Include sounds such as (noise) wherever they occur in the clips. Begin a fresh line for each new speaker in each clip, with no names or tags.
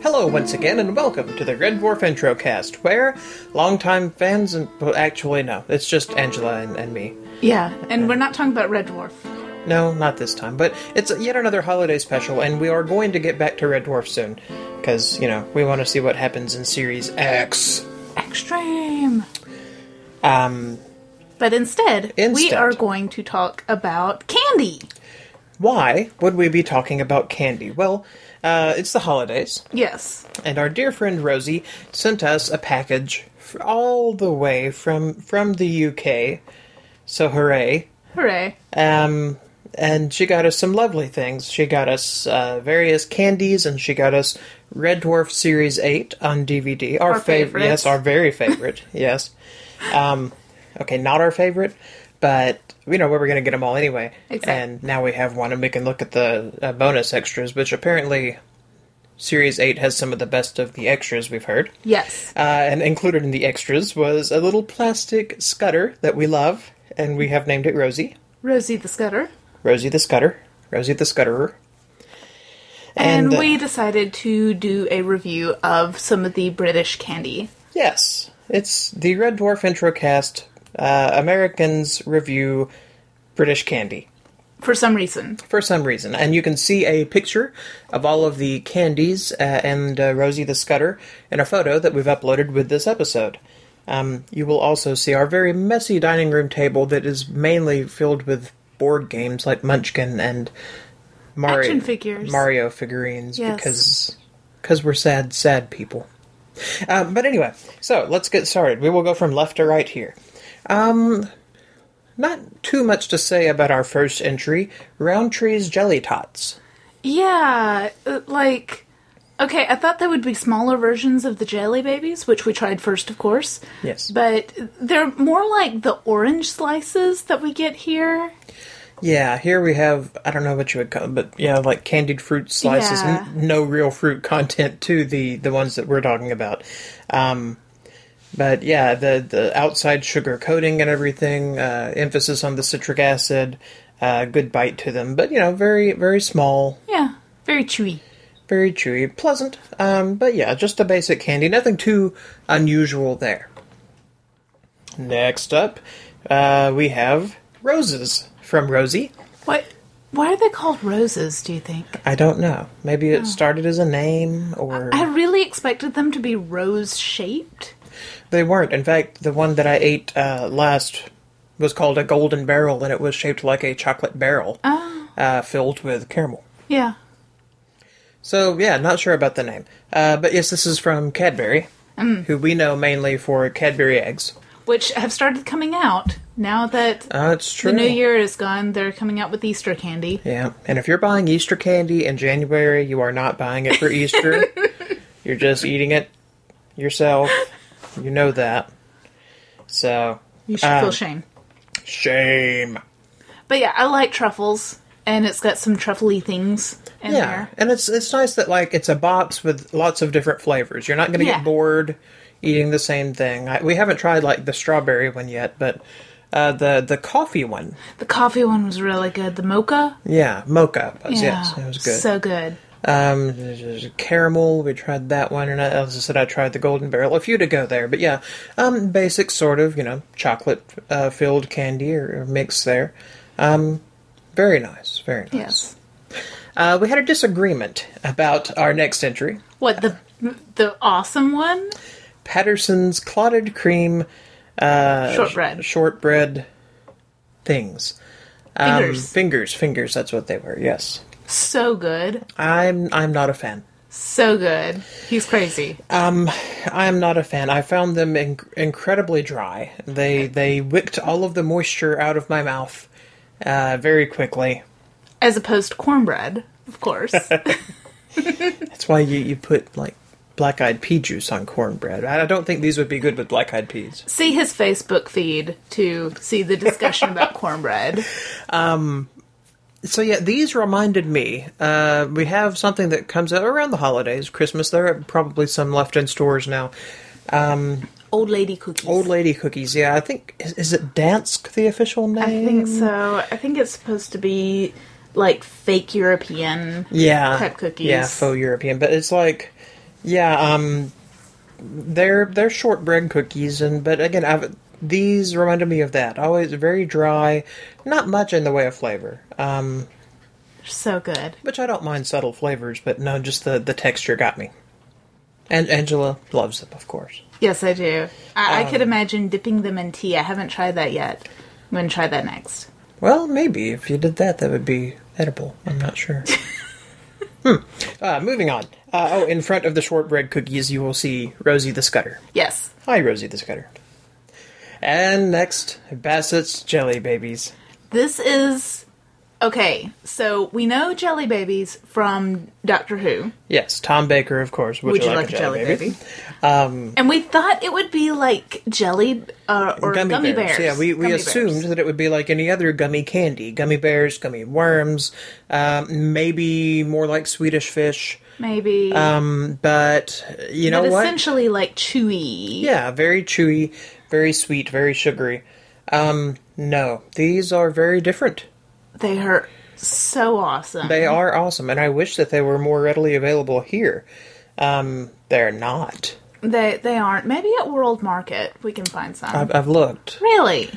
Hello, once again, and welcome to the Red Dwarf Intro Cast, where longtime fans and well, actually no, it's just Angela and, and me.
Yeah, and we're not talking about Red Dwarf.
No, not this time, but it's yet another holiday special, and we are going to get back to Red Dwarf soon because you know we want to see what happens in Series X.
Extreme.
Um,
But instead, we
Instead.
are going to talk about candy.
why would we be talking about candy? Well, uh, it's the holidays,
Yes.
and our dear friend Rosie sent us a package f- all the way from from the UK. So hooray!
Hooray.
Um, and she got us some lovely things. She got us uh, various candies, and she got us Red Dwarf Series Eight on DVD. Our,
Our
favorite,
favorites.
yes, our very favorite, (laughs) yes. Um, okay, not our favorite, but you know we were going to get them all anyway.
Exact-
And now we have one, and we can look at the uh, bonus extras, which apparently. Series 8 has some of the best of the extras we've heard.
Yes.
Uh, and included in the extras was a little plastic scudder that we love, and we have named it Rosie.
Rosie the Scudder.
Rosie the Scudder, Rosie the Scudderer.
And,
uh,
we decided to do a review of some of the British candy.
yes, it's the Red Dwarf intro cast. Uh, Americans review British candy
For some reason.
for some reason, and you can see a picture of all of the candies uh, and uh, Rosie the Scudder in a photo that we've uploaded with this episode. Um, you will also see our very messy dining room table that is mainly filled with board games like Munchkin and Mario
Action figures.
Mario figurines
Yes.
because because we're sad, sad people. Um, but anyway, so let's get started. We will go from left to right here. Um, not too much to say about our first entry, Roundtree's Jelly Tots.
Yeah, uh, like. Okay, I thought there would be smaller versions of the Jelly Babies, which we tried first, of course.
Yes.
But they're more like the orange slices that we get here.
Yeah, here we have I don't know what you would call, but yeah, like candied fruit slices,
Yeah.
n- no real fruit content to the the ones that we're talking about. Um, but yeah, the the outside sugar coating and everything, uh, emphasis on the citric acid, uh, good bite to them, but you know, very very small,
Yeah, very chewy.
very chewy, pleasant. Um, but yeah, just a basic candy, nothing too unusual there. Next up, uh, we have roses from Rosie.
What? Why are they called roses? Do you think?
I don't know. Maybe it started as a name, or
Oh. I really expected them to be rose shaped.
they weren't. In fact, the one that I ate uh, last was called a golden barrel, and it was shaped like a chocolate barrel
Oh.
uh, filled with caramel.
Yeah.
So yeah, not sure about the name, uh, but yes, this is from Cadbury,
Mm.
who we know mainly for Cadbury eggs.
Which have started coming out now that
That's true.
the new year is gone. They're coming out with Easter candy.
Yeah, and if you're buying Easter candy in January, you are not buying it for
(laughs)
Easter. you're just eating it yourself. You know that. So
You should
Um,
feel shame.
shame.
But yeah, I like truffles, and it's got some truffly things in
Yeah,
there.
and it's it's nice that like it's a box with lots of different flavors. You're not going to
Yeah.
get bored eating the same thing. I, we haven't tried like the strawberry one yet, but uh, the the coffee one,
The coffee one was really good. The mocha,
yeah, mocha. Was,
yeah,
Yes, it was good.
So good.
um, there's a caramel. We tried that one, and I, as I said, I tried the golden barrel. A few to go there, but yeah, um, basic sort of you know chocolate uh, filled candy or, or mix there. Um, very nice, very nice.
Yes.
Uh, we had a disagreement about our next entry.
What the the awesome one?
Patterson's clotted cream uh,
Shortbread.
shortbread things. Um,
Fingers.
fingers, fingers. That's what they were. Yes,
so good.
I'm. I'm not a fan.
So good. He's crazy.
I'm not a fan. I found them in- incredibly dry. They they wicked all of the moisture out of my mouth uh, very quickly.
as opposed to cornbread, of course.
That's why you you put like black eyed pea juice on cornbread. I I don't think these would be good with black eyed peas.
see his Facebook feed to see the discussion about cornbread.
uh,
Old lady cookies.
Old lady cookies. Yeah, I think is, is it Dansk the official name?
I think so. I think it's supposed to be like fake European.
Yeah,
Type cookies.
Yeah, faux European, but it's like Yeah, um, they're they're shortbread cookies, and but again, I've, these reminded me of that. Always very dry, not much in the way of flavor. Um,
So good.
which I don't mind subtle flavors, but no, just the the texture got me. And Angela loves them, of course.
Yes, I do. I, I could imagine dipping them in tea. I haven't tried that yet. I'm going to try that next.
Well, maybe if you did that, that would be edible.
Mm-hmm.
I'm not
(laughs)
sure. hmm. Uh, moving on. Uh, oh, in front of the shortbread cookies, you will see Rosie the Scudder.
Yes.
Hi, Rosie the Scudder. And next, Bassett's Jelly Babies.
This is. Okay, so we know jelly babies from Doctor Who.
Yes, Tom Baker, of course.
Would you like a jelly baby? Um, and we thought it would be like jelly uh, or gummy, bears.
Yeah, we, we
Gummy
assumed
bears.
that it would be like any other gummy candy gummy bears, gummy worms, um, maybe more like Swedish fish.
maybe,
Um, but uh, you know
but
what?
essentially like chewy.
Yeah, very chewy, very sweet, very sugary. Um, no, these are very different.
They are so awesome.
They are awesome, and I wish that they were more readily available here. Um, they're not.
They they aren't. Maybe at World Market we can find some.
I've, I've looked.
really?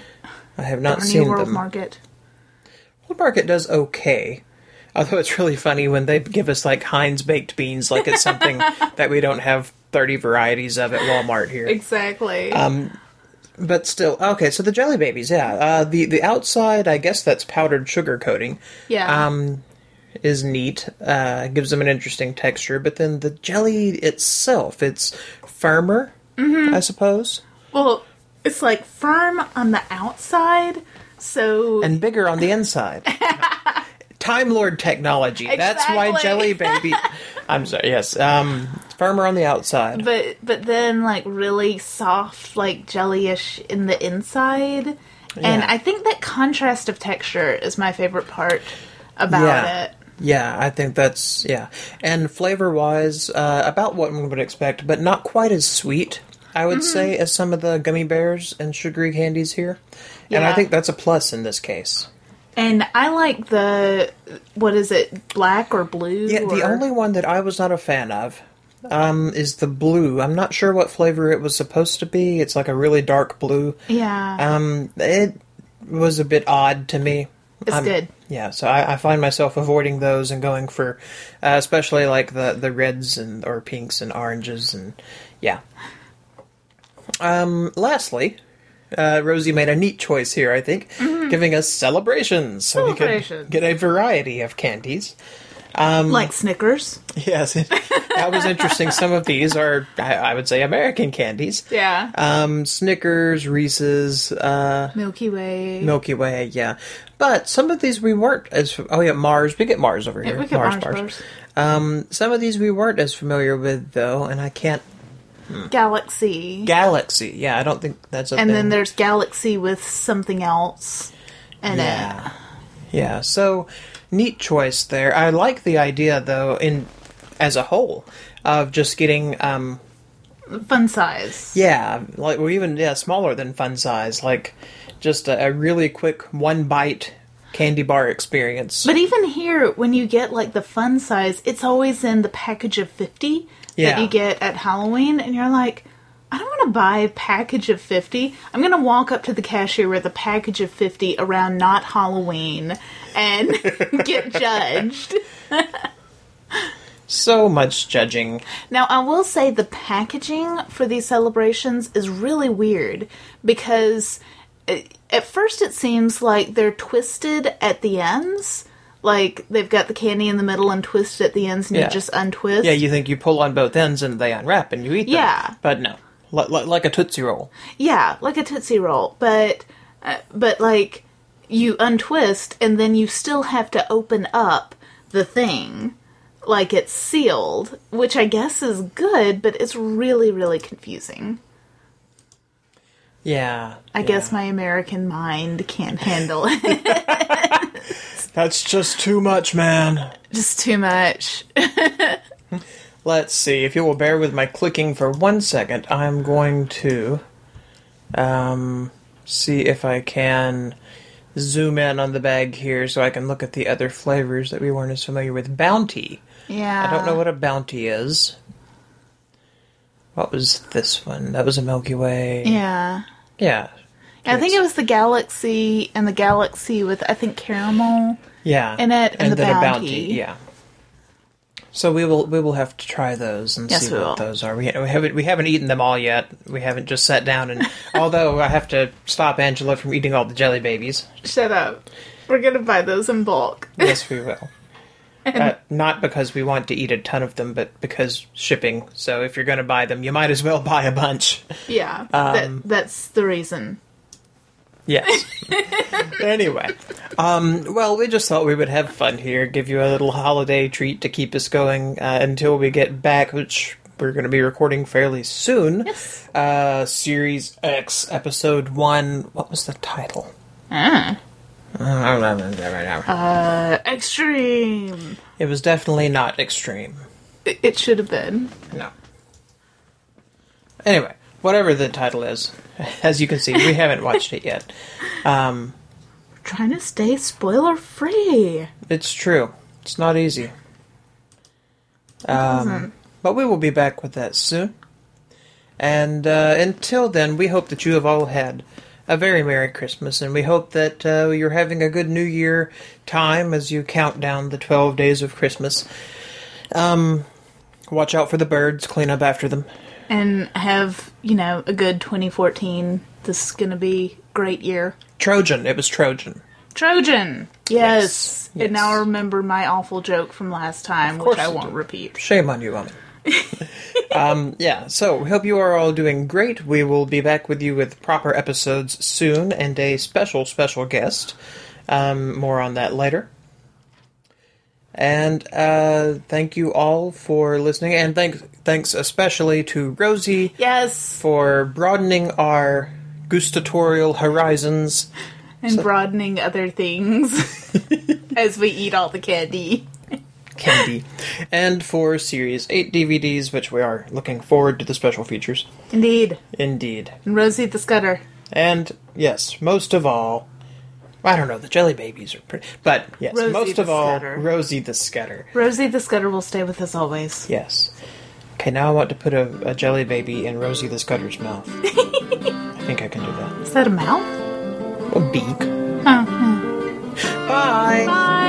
I have not
Our
Um, seen
new World
them.
Market.
World Market does okay. Although it's really funny when they give us like Heinz baked beans, like it's
(laughs)
something that we don't have 30 varieties of at Walmart here.
Exactly.
Um, But still, okay, so the jelly babies, yeah. Uh, the, the outside, I guess that's powdered sugar coating.
yeah.
um, is neat. Uh, gives them an interesting texture, but then the jelly itself, it's firmer,
Mm-hmm.
I suppose,
well, it's like firm on the outside, so
and bigger on the
(laughs)
inside. Time Lord technology. That's why
Exactly.
jelly
(laughs)
baby. I'm sorry. Yes, um, firmer on the outside.
but but then like really soft, like jellyish in the inside. And
Yeah.
I think that contrast of texture is my favorite part about
yeah.
it.
Yeah, I think that's yeah, and flavor wise, uh, about what one would expect, but not quite as sweet. I would
Mm-hmm.
say as some of the gummy bears and sugary candies here, and I
Yeah.
think that's a plus in this case.
And I like the what is it, black or blue?
Yeah, the
or-
only one that I was not a fan of um, is the blue. I'm not sure what flavor it was supposed to be. It's like a really dark blue.
yeah,
Um, it was a bit odd to me.
it's
I'm-
good.
Yeah, so I, I find myself avoiding those and going for, uh, especially like the the reds and or pinks and oranges and yeah. Um, lastly, uh, Rosie made a neat choice here, I think, giving us celebrations, so we could
Mm-hmm. Celebrations.
get a variety of candies. um,
like Snickers.
(laughs) Yes, that was interesting. Some of these are, I, I would say, American candies.
Yeah.
Um, Snickers, Reese's, uh,
Milky Way.
Milky Way, yeah. But some of these we weren't as. Oh yeah, Mars. We get Mars over here.
We could Mars bars.
Um, some of these we weren't as familiar with though, and I can't.
Galaxy.
Galaxy, yeah. I don't think that's a
and
thing.
then there's Galaxy with something else in it.
Yeah. Yeah. So neat choice there. I like the idea though, in as a whole, of just getting um,
Fun size.
Yeah, like or even yeah, smaller than fun size, like just a, a really quick one bite candy bar experience.
But even here, when you get like the fun size, it's always in the package of 50
Yeah.
that you get at Halloween, and you're like, I don't want to buy a package of 50. I'm going to walk up to the cashier with a package of 50 around not Halloween and (laughs) get judged.
so much judging.
Now, I will say the packaging for these celebrations is really weird because uh, at first it seems like they're twisted at the ends. Like they've got the candy in the middle and twisted at the ends, and
Yeah.
you just untwist.
Yeah, you think you pull on both ends and they unwrap and you eat them.
Yeah.
but no, Li- li- like a tootsie roll.
Yeah, like a tootsie roll, but uh, but like you untwist and then you still have to open up the thing like it's sealed, which I guess is good, but it's really really confusing.
Yeah,
I guess my American mind can't handle (laughs) it.
that's just too much, man.
Just too much.
Let's see if you will bear with my clicking for one second. I'm going to um, see if I can zoom in on the bag here so I can look at the other flavors that we weren't as familiar with. Bounty.
Yeah.
I don't know what a bounty is. What was this one? That was a Milky Way.
Yeah.
Yeah.
I think it was the Galaxy and the Galaxy with I think caramel.
Yeah.
in it and the
then a
Bounty.
Yeah. So we will we will have to try those and
Yes,
see
we
what
will.
those are. We, we haven't we haven't eaten them all yet. We haven't just sat down and (laughs) although I have to stop Angela from eating all the jelly babies.
Shut up. We're gonna buy those in bulk.
Yes, we
(laughs)
will. Uh, not because we want to eat a ton of them, but because shipping. So if you're going to buy them, you might as well buy a bunch.
Yeah. that, that's the reason.
(laughs) Yes. anyway, um, well, we just thought we would have fun here, give you a little holiday treat to keep us going uh, until we get back, which we're going to be recording fairly soon.
Yes.
Uh, Series X, Episode 1. What was the title? Ah. Uh,
Uh, extreme.
it was definitely not Extreme.
It, it should have been.
No. Anyway, whatever the title is, (laughs) as you can see, we haven't watched it yet. Um,
Trying to stay spoiler free.
it's true. It's not easy. Um, but we will be back with that soon. And uh, until then, we hope that you have all had a very Merry Christmas, and we hope that uh, you're having a good New Year time as you count down the 12 days of Christmas. Um, watch out for the birds, clean up after them.
And have, you know, a good 2014. This is gonna be great year.
Trojan, it was Trojan.
Trojan. Yes.
Yes.
And now I remember my awful joke from last time,
course
which I
you
won't
do.
repeat.
Shame on you, woman. um, yeah, so we hope you are all doing great. We will be back with you with proper episodes soon and a special, special guest. Um, more on that later. And uh, thank you all for listening, and thanks, thanks especially to Rosie
Yes.
for broadening our gustatorial horizons.
And broadening
(laughs)
other things as we eat all the candy.
Candy, and for Series 8 DVDs, which we are looking forward to the special features.
Indeed.
Indeed.
And Rosie the Scudder.
And yes, most of all, I don't know, the jelly babies are pretty, but yes,
Rosie
most
the
of all,
Scatter.
Rosie the Scatter.
Rosie the Scudder will stay with us always.
Yes. Okay, now I want to put a, a jelly baby in Rosie the Scudder's
(laughs)
mouth. I think I can do that.
Is that a mouth?
A beak.
Huh.
Bye.
Bye.